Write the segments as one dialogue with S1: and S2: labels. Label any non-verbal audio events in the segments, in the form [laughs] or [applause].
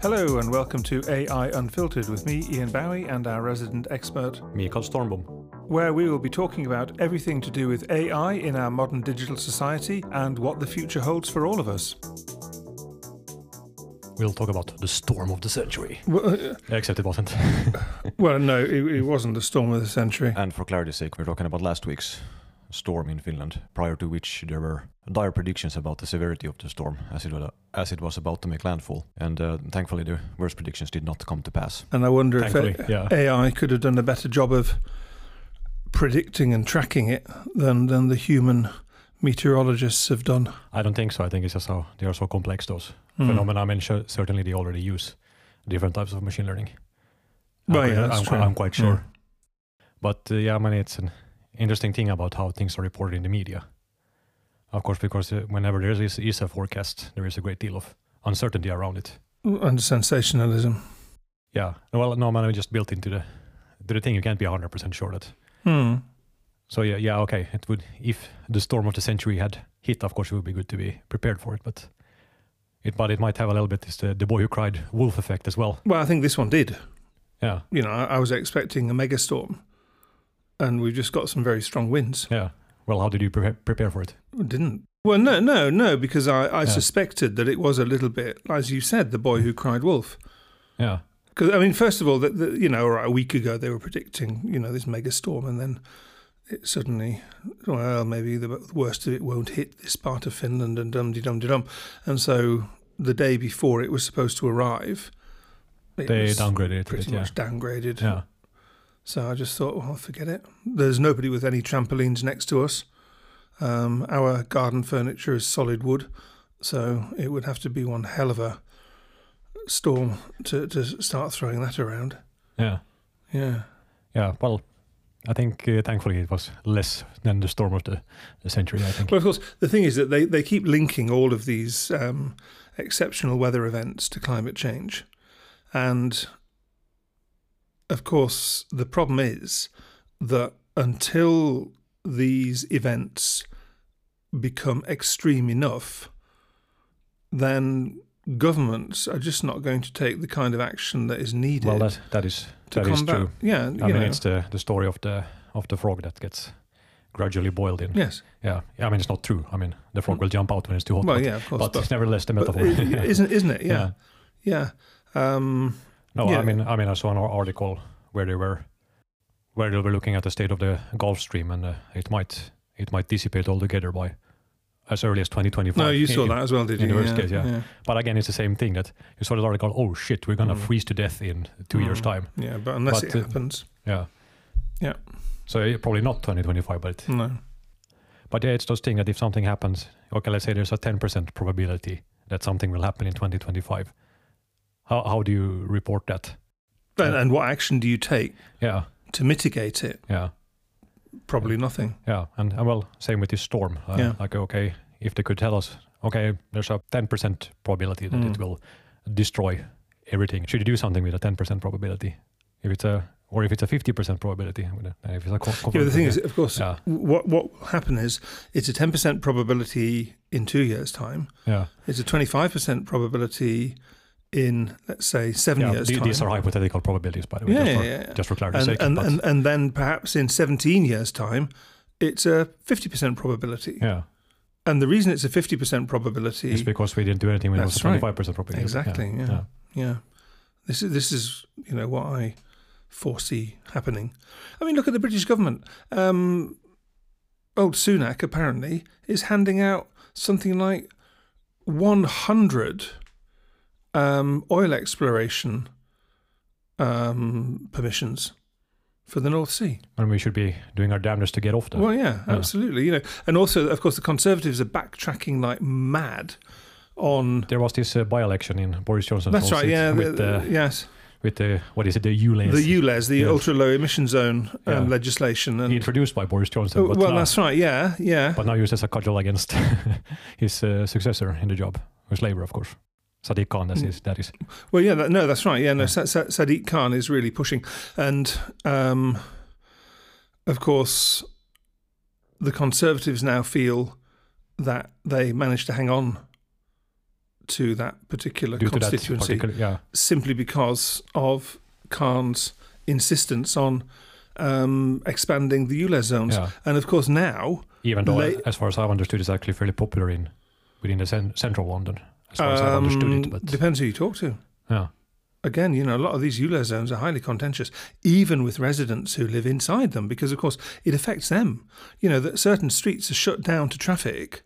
S1: Hello and welcome to AI Unfiltered with me, Ian Bowie, and our resident expert,
S2: Mikael Stormbom.
S1: where we will be talking about everything to do with AI in our modern digital society and what the future holds for all of us.
S2: We'll talk about the storm of the century.
S1: Well, uh,
S2: Except it [laughs] wasn't.
S1: well no, it, it wasn't the storm of the century.
S3: And for clarity's sake, we're talking about last week's storm in Finland, prior to which there were dire predictions about the severity of the storm as it was, as it was about to make landfall. And uh, thankfully, the worst predictions did not come to pass.
S1: And I wonder if
S2: Thankfully,
S1: A-
S2: yeah.
S1: AI could have done a better job of predicting and tracking it than, than the human meteorologists have done.
S2: I don't think so. I think it's just how they are so complex, those
S1: Hmm.
S2: phenomena. I mean, sure, certainly they already use different types of machine learning. I'm
S1: Well,
S2: quite-
S1: yeah, that's
S2: I'm, qui-
S1: true.
S2: I'm quite sure.
S1: Yeah.
S2: But uh, yeah, I mean, it's an interesting thing about how things are reported in the media. Of course, because uh, whenever there is, is a forecast, there is a great deal of uncertainty around it.
S1: Hmm. And sensationalism.
S2: Yeah. Well, no, man, I just built into the to the thing. You can't be 100% sure that
S1: Hmm.
S2: So yeah, yeah, okay. It would if the storm of the century had hit, of course, it would be good to be prepared for it. But it, but it might have a little bit is the, the boy who cried wolf effect as well.
S1: Well, I think this one did.
S2: Yeah,
S1: you know, I, I was expecting a mega storm, and we've just got some very strong winds.
S2: yeah. Well, how did you prepare, prepare for it?
S1: Didn't. Well, no, no, no, because I, I
S2: Yeah.
S1: suspected that it was a little bit, as you said, the boy who cried wolf.
S2: Yeah,
S1: Because I mean, first of all, that that, you know, all right, a week ago they were predicting, you know, this mega storm, and then it suddenly, well, maybe the worst of it won't hit this part of Finland, and dum de dum de dum, and so the day before it was supposed to arrive, it
S2: they
S1: was
S2: downgraded it. a
S1: pretty
S2: bit, yeah.
S1: much downgraded.
S2: yeah,
S1: So I just thought, well, forget it. There's nobody with any trampolines next to us. Um, our garden furniture is solid wood, so it would have to be one hell of a storm to, to start throwing that around.
S2: yeah,
S1: Yeah.
S2: yeah. Well, I think uh, thankfully it was less than the storm of the, the century. I think.
S1: Well, of course, the thing is that they, they keep linking all of these um, exceptional weather events to climate change. And of course, the problem is that until these events become extreme enough, then governments are just not going to take the kind of action that is needed
S2: Well, that that is
S1: to
S2: that is
S1: combat.
S2: true.
S1: Yeah, you
S2: I mean,
S1: know.
S2: it's the the story of the of the frog that gets gradually boiled in.
S1: yes.
S2: Yeah. I mean, it's not true. I mean, the frog will jump out when it's too hot.
S1: Mm. Well,
S2: but-
S1: yeah, of course,
S2: but,
S1: but-
S2: it's nevertheless the
S1: But
S2: metaphor. [laughs]
S1: it- [laughs] isn't isn't it? Yeah, yeah. Um,
S2: No,
S1: Yeah.
S2: I mean, I mean, I saw an ar- article where they were, where they were looking at the state of the Gulf Stream, and uh, it might, it might dissipate altogether by as early as 2025.
S1: No, you
S2: In-
S1: saw
S2: in-
S1: that as well, did
S2: in
S1: you?
S2: the worst case, yeah. But again, it's the same thing that you saw the article. Oh shit, we're gonna
S1: Mm.
S2: freeze to death in two years'
S1: Mm.
S2: time.
S1: Yeah, but unless
S2: But,
S1: it
S2: uh,
S1: happens,
S2: Yeah.
S1: Yeah.
S2: So yeah, probably not 2025, but
S1: no.
S2: but yeah, it's those thing that if something happens, okay, let's say there's a 10% probability that something will happen in 2025. How how do you report that?
S1: And, and what action do you take
S2: Yeah,
S1: to mitigate it?
S2: yeah. Mm.
S1: Probably nothing.
S2: Yeah, and, and well, same with this storm. Uh,
S1: Yeah.
S2: Like, okay, if they could tell us, okay, there's a 10% probability that
S1: Mm.
S2: it will destroy everything. Should you do something with a 10% probability? If it's a, or if it's a 50% probability, with a- if it's a co-
S1: Yeah, but the
S2: confirmed
S1: thing is,
S2: thing,
S1: of course,
S2: yeah,
S1: what what will happen is it's a ten percent probability in two years' time.
S2: yeah,
S1: It's a twenty five percent probability in let's say seven
S2: yeah.
S1: years'
S2: The-
S1: time.
S2: These are hypothetical probabilities, by the way,
S1: yeah,
S2: just,
S1: yeah,
S2: for,
S1: yeah.
S2: just for clarity's
S1: And
S2: sake.
S1: and,
S2: but-
S1: and and then perhaps in seventeen years' time, it's a fifty percent probability.
S2: yeah,
S1: And the reason it's a fifty percent probability
S2: it's because we didn't do anything when it was
S1: That's
S2: a
S1: right.
S2: 25% probability.
S1: Exactly, yeah.
S2: yeah.
S1: Yeah, this is this is you know what I foresee happening. I mean, look at the British government. Um, old Sunak apparently is handing out something like 100 um, oil exploration um, permissions for the North Sea.
S2: And we should be doing our damnedest to get off that.
S1: Well, yeah,
S2: Yeah.
S1: absolutely. You know, and also, of course, the Conservatives are backtracking like mad on.
S2: there was this uh, by-election in Boris Johnson's
S1: That's
S2: old
S1: right.
S2: seat
S1: Yeah. the-
S2: with the,
S1: yes.
S2: with the what is it the ULEZ
S1: The ULEZ, the
S2: Yes.
S1: ultra low emission zone um,
S2: Yeah. E
S1: legislation, and
S2: introduced by Boris Johnson.
S1: Oh,
S2: but
S1: well,
S2: now,
S1: that's right. Yeah, yeah.
S2: but now used as a cudgel against [laughs] his uh, successor in the job, who's Labour, of course. Sadiq Khan, that's
S1: Mm.
S2: his, that is.
S1: Well, yeah. That, no, that's right. Yeah, no.
S2: Yeah.
S1: Sa- Sa- Sadiq Khan is really pushing, and um, of course, the Conservatives now feel that they managed to hang on to that particular
S2: due to that
S1: constituency
S2: particular, yeah,
S1: simply because of Khan's insistence on um, expanding the ULEZ zones.
S2: yeah.
S1: And of course, now,
S2: Even though,
S1: Late-
S2: as far as I've understood, it's actually fairly popular in within the cen- central London. As far as I've
S1: um,
S2: understood it, but
S1: depends who you talk to.
S2: yeah,
S1: Again, you know, a lot of these ULEZ zones are highly contentious, even with residents who live inside them, because of course it affects them. You know, that certain streets are shut down to traffic,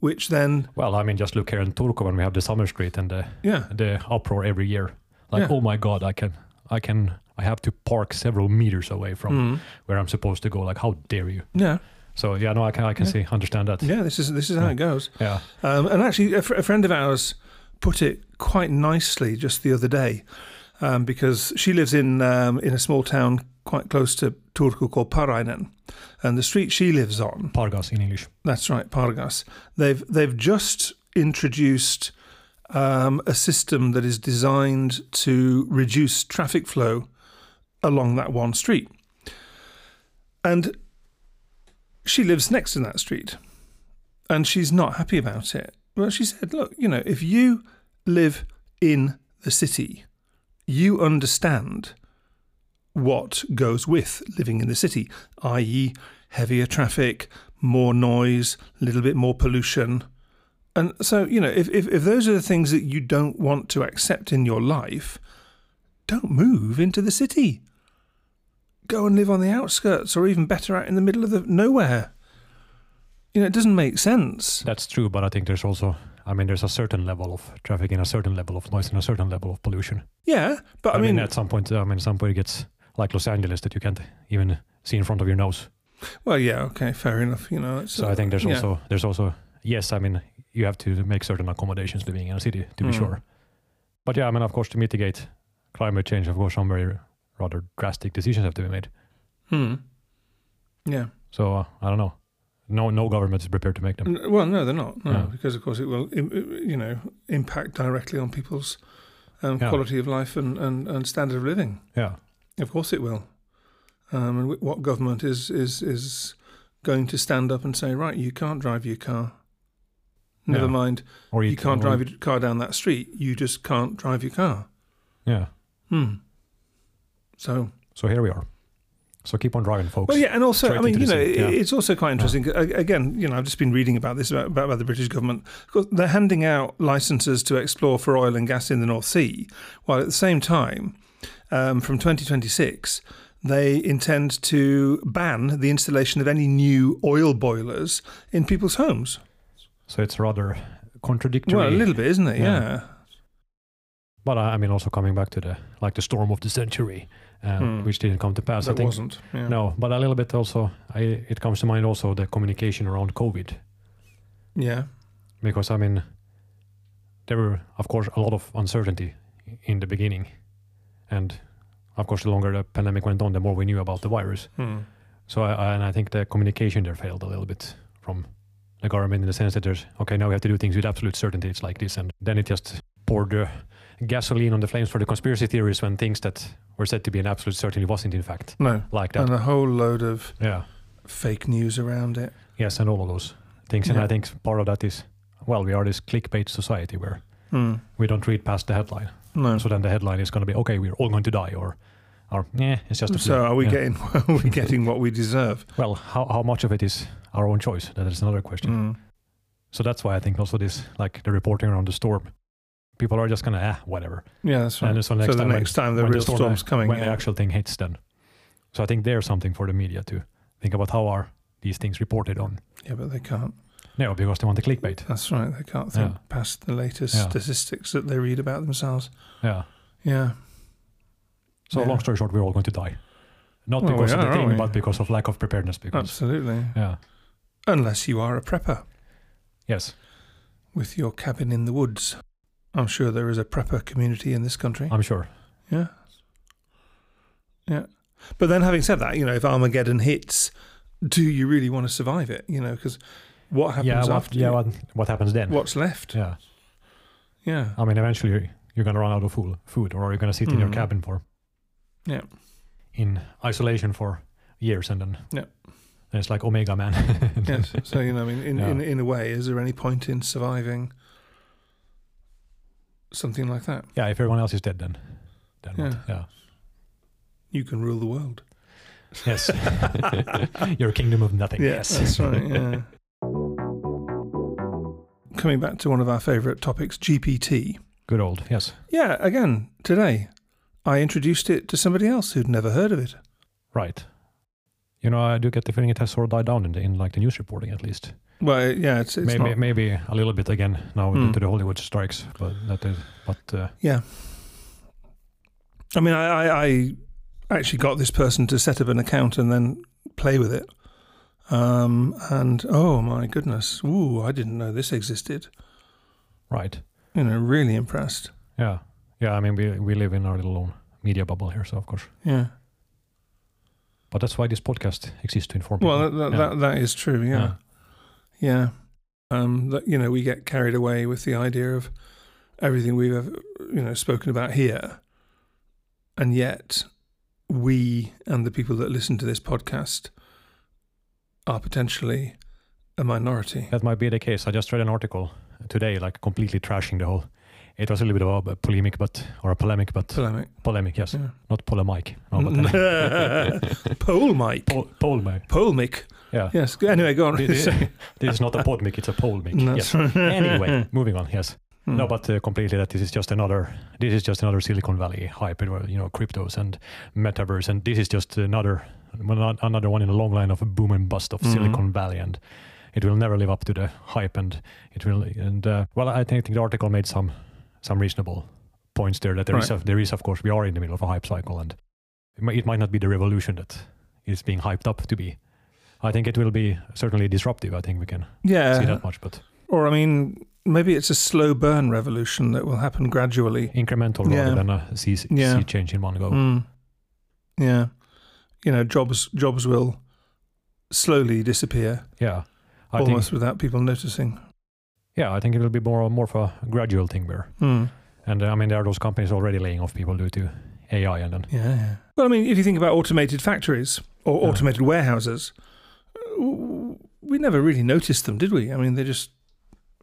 S1: which then,
S2: well, I mean, just look here in Turku when we have the summer street and the
S1: yeah,
S2: the uproar every year. Like,
S1: Yeah.
S2: oh my god, I can, I can, I have to park several meters away
S1: Hmm.
S2: from where I'm supposed to go. Like, how dare you?
S1: Mm. yeah,
S2: So yeah, no, I can, I can see, understand that.
S1: yeah. This is this is how it goes.
S2: yeah.
S1: Um, and actually, a, fr- a friend of ours put it quite nicely just the other day, um, because she lives in um, in a small town quite close to Turku called Parainen, and the street she lives on.
S2: Pargas in English.
S1: That's right, Pargas. They've they've just introduced um, a system that is designed to reduce traffic flow along that one street, and she lives next to that street, and she's not happy about it. Well, she said, "Look, you know, if you live in the city, you understand." What goes with living in the city, i.e., heavier traffic, more noise, a little bit more pollution. And so, you know, if, if, if those are the things that you don't want to accept in your life, don't move into the city. Go and live on the outskirts or even better out in the middle of the nowhere. You know, it doesn't make sense.
S2: That's true, but I think there's also, I mean, there's a certain level of traffic and a certain level of noise and a certain level of pollution.
S1: Yeah, but
S2: I,
S1: I,
S2: mean,
S1: mean,
S2: at some point, uh, I mean, at some point it gets like Los Angeles that you can't even see in front of your nose.
S1: well, yeah, okay, fair enough. You know, it's,
S2: So I think there's
S1: yeah.
S2: also, there's also, yes, I mean, you have to make certain accommodations living in a city to be
S1: Mm.
S2: sure. But yeah, I mean, of course, to mitigate climate change, of course, some very rather drastic decisions have to be made.
S1: Hmm. Yeah.
S2: So uh, I don't know. No, no government is prepared to make them.
S1: N- Well, no, they're not. No,
S2: No.
S1: because of course it will, im- i- you know, impact directly on people's um,
S2: Yeah.
S1: quality of life and, and, and standard of living.
S2: Yeah,
S1: Of course, it will. Um, and wh- what government is is is going to stand up and say, right, you can't drive your car. Never
S2: Yeah.
S1: mind,
S2: or
S1: you
S2: eat-
S1: can't
S2: or-
S1: drive your car down that street. You just can't drive your car.
S2: Yeah.
S1: Hmm. So
S2: So here we are. So keep on driving, folks.
S1: Well, yeah, and also,
S2: Straight
S1: I mean,
S2: into
S1: you know,
S2: the sea,
S1: i-
S2: yeah.
S1: it's also quite interesting. A- Again, you know, I've just been reading about this about, about the British government. Of course, they're handing out licenses to explore for oil and gas in the North Sea, while at the same time, um, from 2026, they intend to ban the installation of any new oil boilers in people's homes.
S2: So it's rather contradictory.
S1: Well, a little bit, isn't it?
S2: Yeah.
S1: Yeah.
S2: But I I mean, also coming back to the like the storm of the century, uh,
S1: Hmm.
S2: which didn't come to pass. I
S1: That
S2: think
S1: wasn't. Yeah.
S2: no, but a little bit also. I, it comes to mind also the communication around COVID,
S1: Yeah.
S2: because I mean, there were of course a lot of uncertainty in the beginning, and of course the longer the pandemic went on, the more we knew about the virus.
S1: Hmm.
S2: So I, I and I think the communication there failed a little bit from the government in the sense that there's okay now we have to do things with absolute certainty. It's like this, and then it just poured the gasoline on the flames for the conspiracy theories when things that were said to be an absolute certainty wasn't in fact
S1: No.
S2: like that.
S1: And uh, a whole load of
S2: yeah.
S1: fake news around it.
S2: Yes, and all of those things, and
S1: Yeah.
S2: I think part of that is well we are this clickbait society where
S1: Hmm.
S2: we don't read past the headline.
S1: No.
S2: So then the headline is going to be okay we're all going to die or. Or, yeah, it's just a flu."
S1: So are we
S2: Yeah.
S1: getting [laughs] are we getting what we deserve?
S2: well? How, how much of it is our own choice? That is another question.
S1: Hmm.
S2: So that's why I think also this, like the reporting around the storm, people are just gonna ah whatever.
S1: Yeah, that's right.
S2: And so next
S1: so the
S2: time when-
S1: next time the
S2: when
S1: real storm's coming.
S2: when
S1: yeah.
S2: the actual thing hits, then. So I think there's something for the media to think about how are these things reported on.
S1: yeah, but they can't.
S2: No, because they want the clickbait.
S1: That's right. They can't think
S2: Yeah.
S1: past the latest
S2: Yeah.
S1: statistics that they read about themselves.
S2: Yeah.
S1: Yeah.
S2: So
S1: Yeah.
S2: long story short, we're all going to die, not
S1: Well, we
S2: because of
S1: are,
S2: the
S1: aren't
S2: thing,
S1: we?
S2: but because of lack of preparedness. Because
S1: Absolutely.
S2: yeah,
S1: Unless you are a prepper
S2: yes,
S1: with your cabin in the woods. I'm sure there is a prepper community in this country.
S2: I'm sure.
S1: Yeah. Yeah. But then having said that, you know, if Armageddon hits, do you really want to survive it? You know, because what happens
S2: Yeah, what,
S1: after
S2: yeah. What, what happens then?
S1: what's left?
S2: Yeah,
S1: Yeah.
S2: I mean, eventually you're, you're gonna run out of food, food, or you're gonna sit in your
S1: Mhm.
S2: cabin for
S1: Yeah.
S2: in isolation for years, and then
S1: Yeah.
S2: And it's like Omega Man. [laughs]
S1: yes. So you know, I mean, in,
S2: Yeah.
S1: in in a way, is there any point in surviving something like that.
S2: Yeah, if everyone else is dead, then then what?
S1: Yeah.
S2: Yeah.
S1: You can rule the world.
S2: Yes. [laughs] Your kingdom of nothing.
S1: Yeah,
S2: yes.
S1: that's
S2: [laughs]
S1: right. Yeah. Coming back to one of our favourite topics, GPT.
S2: Good old. Yes.
S1: Yeah, again today, I introduced it to somebody else who'd never heard of it.
S2: Right. You know, I do get the feeling it has sort of died down in, the, in like the news reporting at least.
S1: Well, yeah, it's, it's
S2: maybe
S1: not.
S2: maybe a little bit again now
S1: Hmm.
S2: due to the Hollywood strikes, but that is. But uh,
S1: Yeah. I mean, I, I, I actually got this person to set up an account and then play with it. Um, and oh my goodness, ooh, I didn't know this existed.
S2: right.
S1: You know, really impressed.
S2: Yeah. Yeah. I mean, we we live in our little own media bubble here, so of course.
S1: Yeah.
S2: But that's why this podcast exists to inform
S1: Well,
S2: people.
S1: that,
S2: Yeah.
S1: that, that is true. Yeah. Yeah. Um, that, you know, we get carried away with the idea of everything we've ever, you know, spoken about here. And yet we and the people that listen to this podcast are potentially a minority.
S2: That might be the case. I just read an article today, like completely trashing the whole. It was a little bit of a polemic, but or a polemic, but
S1: Polemic.
S2: polemic. Yes,
S1: Yeah.
S2: not polemic. No,
S1: [laughs]
S2: but uh,
S1: Pole mic.
S2: pol- polemic.
S1: Pole mic.
S2: Yeah.
S1: Yes. Anyway, go on. [laughs]
S2: this, this is not a podmic, it's a polemic. Yes. Anyway, moving on. Yes.
S1: [laughs] Hmm.
S2: No, but uh, completely that this is just another this is just another Silicon Valley hype, where, you know, cryptos and metaverse, and this is just another well, not- another one in a long line of a boom and bust of
S1: Mhm.
S2: Silicon Valley, and it will never live up to the hype, and it will and uh, well, I think the article made some some reasonable points there that there is a, there is of course we are in the middle of a hype cycle, and it might, it might not be the revolution that is being hyped up to be. I think it will be certainly disruptive. I think we can see
S1: Yeah.
S2: that much, but
S1: Or, I mean, maybe it's a slow burn revolution that will happen gradually.
S2: incremental rather
S1: Yeah.
S2: than a sea, sea
S1: Yeah.
S2: change in one go.
S1: Mm. Yeah, you know, jobs jobs will slowly disappear
S2: Yeah, I
S1: almost
S2: think.
S1: without people noticing.
S2: Yeah, I think it will be more more of a gradual thing there.
S1: Mm.
S2: And uh, I mean, there are those companies already laying off people due to AI, and then
S1: Yeah, yeah. Well, I mean, if you think about automated factories or
S2: Yeah.
S1: automated warehouses, uh, we never really noticed them, did we? I mean, they just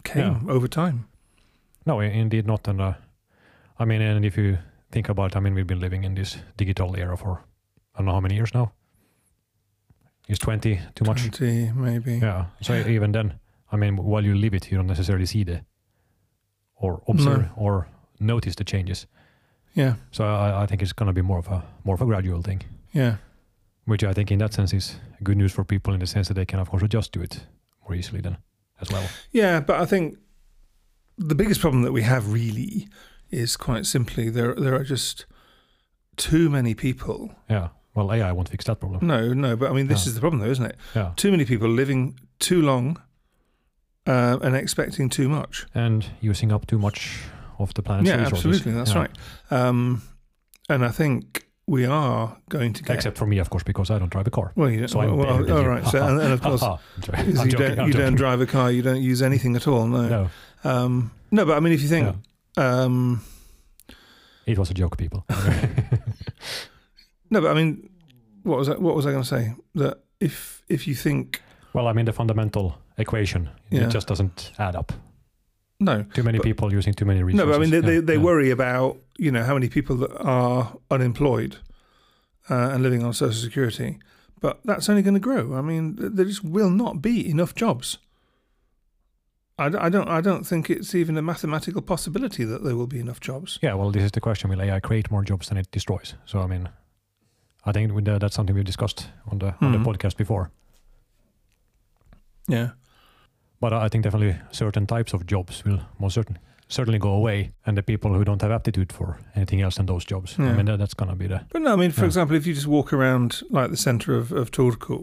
S1: came over time.
S2: no, i- indeed not. And uh, I mean, and if you think about, it, I mean, we've been living in this digital era for I don't know how many years now. Is twenty too much?
S1: 20, maybe.
S2: Yeah. So e-, even then, I mean, while you live it, you don't necessarily see the or observe or notice the changes.
S1: yeah,
S2: So I, I think it's going to be more of a more of a gradual thing.
S1: yeah.
S2: which I think in that sense is good news for people in the sense that they can of course adjust to it more easily then as well.
S1: Yeah, but I think the biggest problem that we have really is quite simply there. There are just too many people
S2: Yeah. Well, AI won't fix that problem.
S1: No, no, but I mean, this
S2: No.
S1: is the problem, though, isn't it?
S2: Yeah.
S1: Too many people living too long uh, and expecting too much.
S2: And using up too much of the planet's
S1: yeah,
S2: resources.
S1: absolutely, that's
S2: Yeah.
S1: right. Um, and I think we are going to get.
S2: Except for me, of course, because I don't drive a car.
S1: well, you don't,
S2: So I
S1: well,
S2: won't be able to
S1: well, all
S2: do-
S1: right. So, and, and
S2: [laughs]
S1: of course,
S2: Ha, ha. I'm sorry.
S1: is
S2: I'm
S1: [laughs] you
S2: joking,
S1: don't
S2: I'm
S1: you don't
S2: joking.
S1: drive a car, you don't use anything at all. No,
S2: No,
S1: um, no, but I mean, if you think, um,
S2: it was a joke, people.
S1: no, but I mean, what was I, what was I going to say? That if if you think
S2: well, I mean, the fundamental equation
S1: Yeah.
S2: it just doesn't add up.
S1: no,
S2: Too many
S1: But-
S2: people using too many
S1: No,
S2: resources.
S1: but I mean, they, they,
S2: Yeah,
S1: they
S2: yeah.
S1: worry about you know how many people that are unemployed uh, and living on social security, but that's only going to grow. I mean, th- there just will not be enough jobs. I, d- I don't I don't think it's even a mathematical possibility that there will be enough jobs.
S2: Yeah, well, this is the question: Will AI create more jobs than it destroys? So, I mean, I think with that- that's something we discussed on the on the
S1: Mhm.
S2: podcast before.
S1: Yeah,
S2: But I I think definitely certain types of jobs will most certain, certainly go away, and the people who don't have aptitude for anything else than those jobs. I
S1: Yeah.
S2: mean, that, that's gonna be the
S1: but no, I mean, for
S2: Yeah.
S1: example, if you just walk around like the centre of of Turku,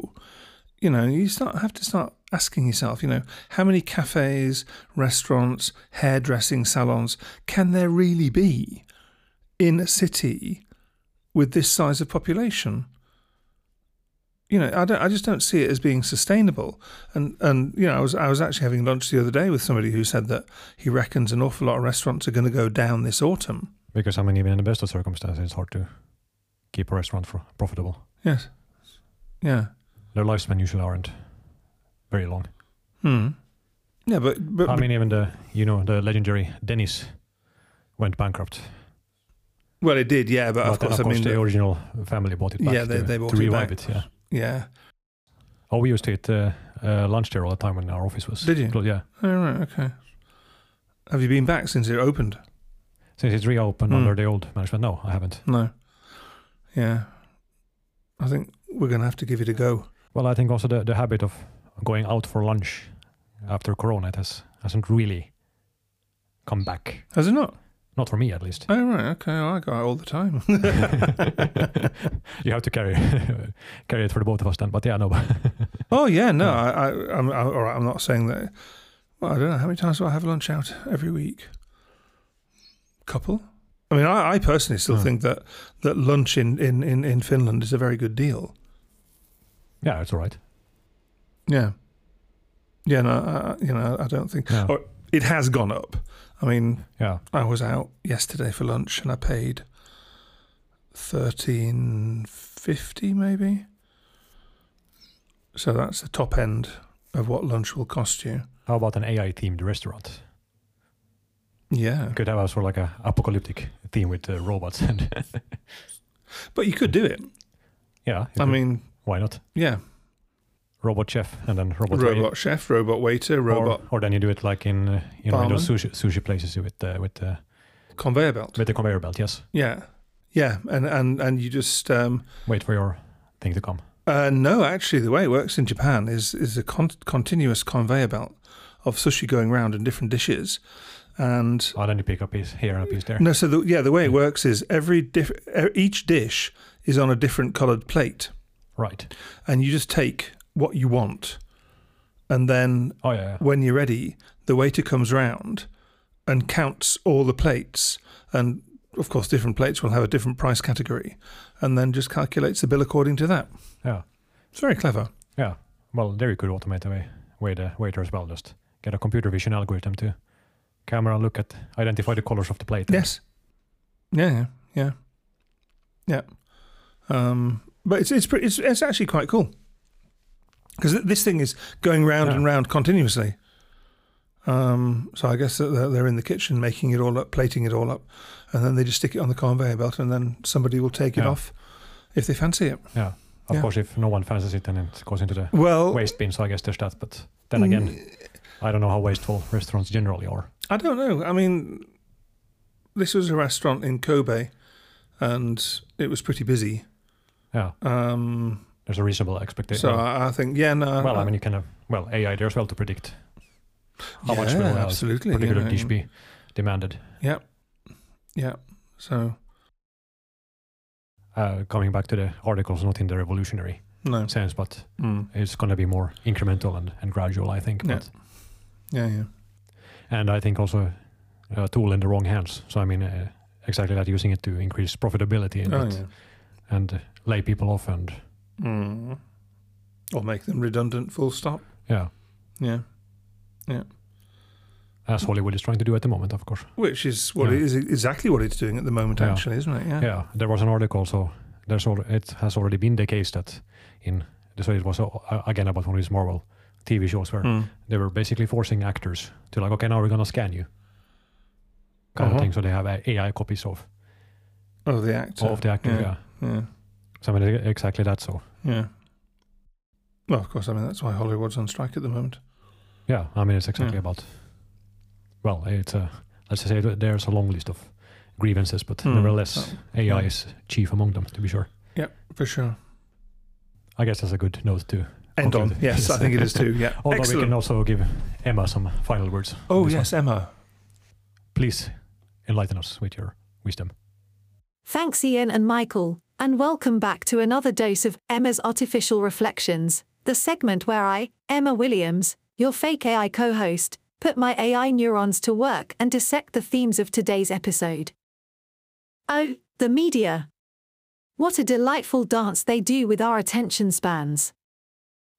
S1: you know, you start have to start asking yourself, you know, how many cafes, restaurants, hairdressing salons can there really be in a city with this size of population? You know, I don't. I just don't see it as being sustainable. And and you know, I was I was actually having lunch the other day with somebody who said that he reckons an awful lot of restaurants are going to go down this autumn.
S2: because I mean, even in the best of circumstances, it's hard to keep a restaurant for, profitable.
S1: Yes. Yeah.
S2: Their lifespan usually aren't very long.
S1: Hmm. Yeah, but but
S2: I mean, even the you know the legendary Dennis went bankrupt.
S1: Well, it did, yeah, but, of
S2: But then,
S1: course, I mean,
S2: the
S1: the-
S2: original family bought it back
S1: Yeah, they-
S2: to,
S1: they bought
S2: to
S1: it
S2: revive
S1: back.
S2: it. Yeah.
S1: yeah.
S2: Oh, we used to eat uh, uh, lunch there all the time when our office was
S1: Did you?
S2: closed. Yeah,
S1: All Oh, right, okay. Have you been back since it opened?
S2: since it's reopened
S1: Hmm.
S2: under the old management. No, I haven't.
S1: No. Yeah. I think we're going to have to give it a go.
S2: Well, I think also the, the habit of going out for lunch after Corona it has hasn't really come back.
S1: Has it not?
S2: Not for me, at
S1: [laughs]
S2: least. [laughs]
S1: Oh, right, okay. Well, I go out all the time. [laughs]
S2: you have to carry [laughs] carry it for the both of us then. But [laughs] yeah, no.
S1: oh, yeah, no. I, I, I'm, I, all right, I'm not saying that. Well, I don't know. How many times do I have lunch out every week? Couple? I mean, I, I personally still
S2: Hmm.
S1: think that, that lunch in, in, in, in Finland is a very good deal.
S2: yeah, it's all right.
S1: Yeah. Yeah, no, I, I- you know, I don't think.
S2: Yeah.
S1: Or it has gone up. I mean,
S2: Yeah.
S1: I was out yesterday for lunch and I paid thirteen fifty maybe. So that's the top end of what lunch will cost you.
S2: How about an AI themed restaurant?
S1: Yeah.
S2: Could have us for like a apocalyptic theme with uh, robots and [laughs]
S1: But you could do it.
S2: yeah. you
S1: I
S2: could-
S1: mean,
S2: why not
S1: yeah.
S2: robot chef and then robot, waiter.
S1: robot chef, robot waiter, robot
S2: Or, or then you do it like in uh, you know in those sushi, sushi places with uh, with uh,
S1: conveyor belt.
S2: with the conveyor belt. Yes.
S1: Yeah. Yeah, and and and you just um
S2: Wait for your thing to come.
S1: Uh, no, actually, the way it works in Japan is is a con- continuous conveyor belt of sushi going round and different dishes, and
S2: Oh, then you pick a piece here and a piece there.
S1: no, so the, yeah, the way it works is every diff- e- each dish is on a different coloured plate,
S2: Right.
S1: and you just take what you want, and then
S2: Oh yeah. yeah.
S1: when you're ready, the waiter comes round and counts all the plates. And of course, different plates will have a different price category. And then just calculates the bill according to that.
S2: Yeah.
S1: It's very clever.
S2: Yeah. Well, there you could automate away way the waiter as well. Just get a computer vision algorithm to camera look at identify the colors of the plate. and-
S1: Yes. Yeah, yeah, yeah, yeah. Um, but it's it's pretty, it's it's actually quite cool because th- this thing is going round
S2: Yeah.
S1: and round continuously. Um, so I guess that they're they're in the kitchen making it all up, plating it all up, and then they just stick it on the conveyor belt, and then somebody will take it
S2: Yeah.
S1: off if they fancy it.
S2: Yeah. Of
S1: Yeah. Oh.
S2: course, if no one fancies it, then it goes into the
S1: Well,
S2: waste bin. So I guess there's that. But then
S1: Mm.
S2: again, I don't know how wasteful restaurants generally are.
S1: I don't know. I mean, this was a restaurant in Kobe, and it was pretty busy.
S2: Yeah.
S1: Um,
S2: There's a reasonable expectation.
S1: so uh, I, I think, yeah, no.
S2: well, I mean, you can have well AI there as well to predict how much
S1: Yeah,
S2: will a
S1: absolutely, you
S2: particular
S1: know,
S2: dish
S1: and-
S2: be demanded.
S1: Yeah. So
S2: Uh, coming back to the articles, not in the revolutionary
S1: no.
S2: sense, but
S1: Mm.
S2: it's going to be more incremental and, and gradual, I think.
S1: Yeah.
S2: But
S1: Yeah, yeah.
S2: and I think also a tool in the wrong hands. So I mean, uh, exactly that, using it to increase profitability and,
S1: Oh, yeah.
S2: and uh, lay people off, and
S1: Mm. Or make them redundant. Full stop.
S2: yeah,
S1: Yeah.
S2: as
S1: Mm.
S2: Hollywood is trying to do at the moment, of course.
S1: Which is what it
S2: Yeah.
S1: is exactly what it's doing at the moment,
S2: Yeah.
S1: actually, isn't it? Yeah.
S2: Yeah, there was an article, so there's al- it has already been the case that in so it was uh, again about one of these Marvel TV shows where
S1: Mm.
S2: they were basically forcing actors to like, okay, now we're gonna scan you, kind
S1: Uh-huh.
S2: of thing. So they have uh, AI copies of
S1: Of Oh, the actor.
S2: of the actors.
S1: yeah.
S2: Yeah.
S1: yeah.
S2: So I mean, e- exactly that. So
S1: Yeah. Well, of course. I mean, that's why Hollywood's on strike at the moment.
S2: Yeah, I mean, it's exactly
S1: Yeah.
S2: about. Well, it's a let's just say that there's a long list of grievances, but
S1: Hmm.
S2: nevertheless, AI
S1: yeah.
S2: is chief among them, to be sure.
S1: For sure.
S2: I guess that's a good note too.
S1: End
S2: [laughs]
S1: on.
S2: Concluded.
S1: Yes, I think it is too. Yeah.
S2: Although we
S1: Excellent.
S2: can also give Emma some final words. on
S1: Oh
S2: this one.
S1: yes, Emma.
S2: please enlighten us with your wisdom.
S4: Thanks, Ian and Michael, and welcome back to another dose of Emma's Artificial Reflections, the segment where I, Emma Williams, your fake AI co host, put my AI neurons to work and dissect the themes of today's episode. Oh, the media. What a delightful dance they do with our attention spans.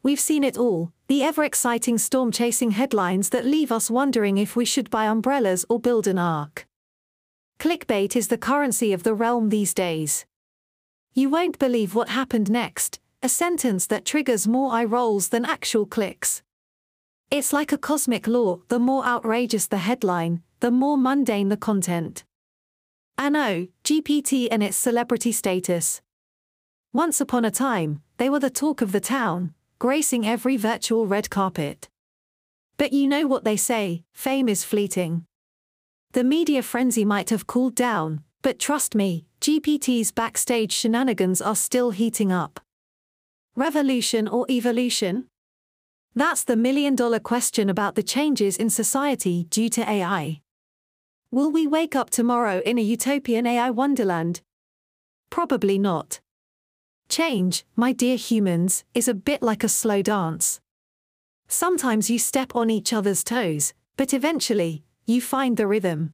S4: We've seen it all the ever exciting storm chasing headlines that leave us wondering if we should buy umbrellas or build an ark. Clickbait is the currency of the realm these days. You won't believe what happened next, a sentence that triggers more eye rolls than actual clicks. It's like a cosmic law the more outrageous the headline, the more mundane the content. oh, Anno, GPT and its celebrity status. Once upon a time, they were the talk of the town, gracing every virtual red carpet. But you know what they say fame is fleeting. The media frenzy might have cooled down, but trust me, GPT's backstage shenanigans are still heating up. Revolution or evolution? That's the million dollar question about the changes in society due to AI. Will we wake up tomorrow in a utopian AI wonderland? Probably not. Change, my dear humans, is a bit like a slow dance. Sometimes you step on each other's toes, but eventually, you find the rhythm.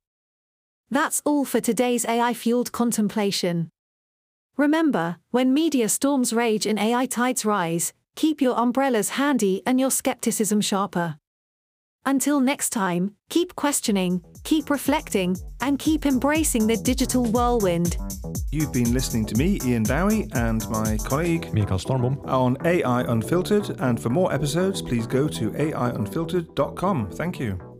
S4: That's all for today's AI fueled contemplation. Remember, when media storms rage and AI tides rise, keep your umbrellas handy and your skepticism sharper. Until next time, keep questioning, keep reflecting, and keep embracing the digital whirlwind.
S1: You've been listening to me, Ian Bowie, and my colleague
S2: Mikael Stormbom.
S1: on AI Unfiltered. And for more episodes, please go to AIUnfiltered.com. Thank you.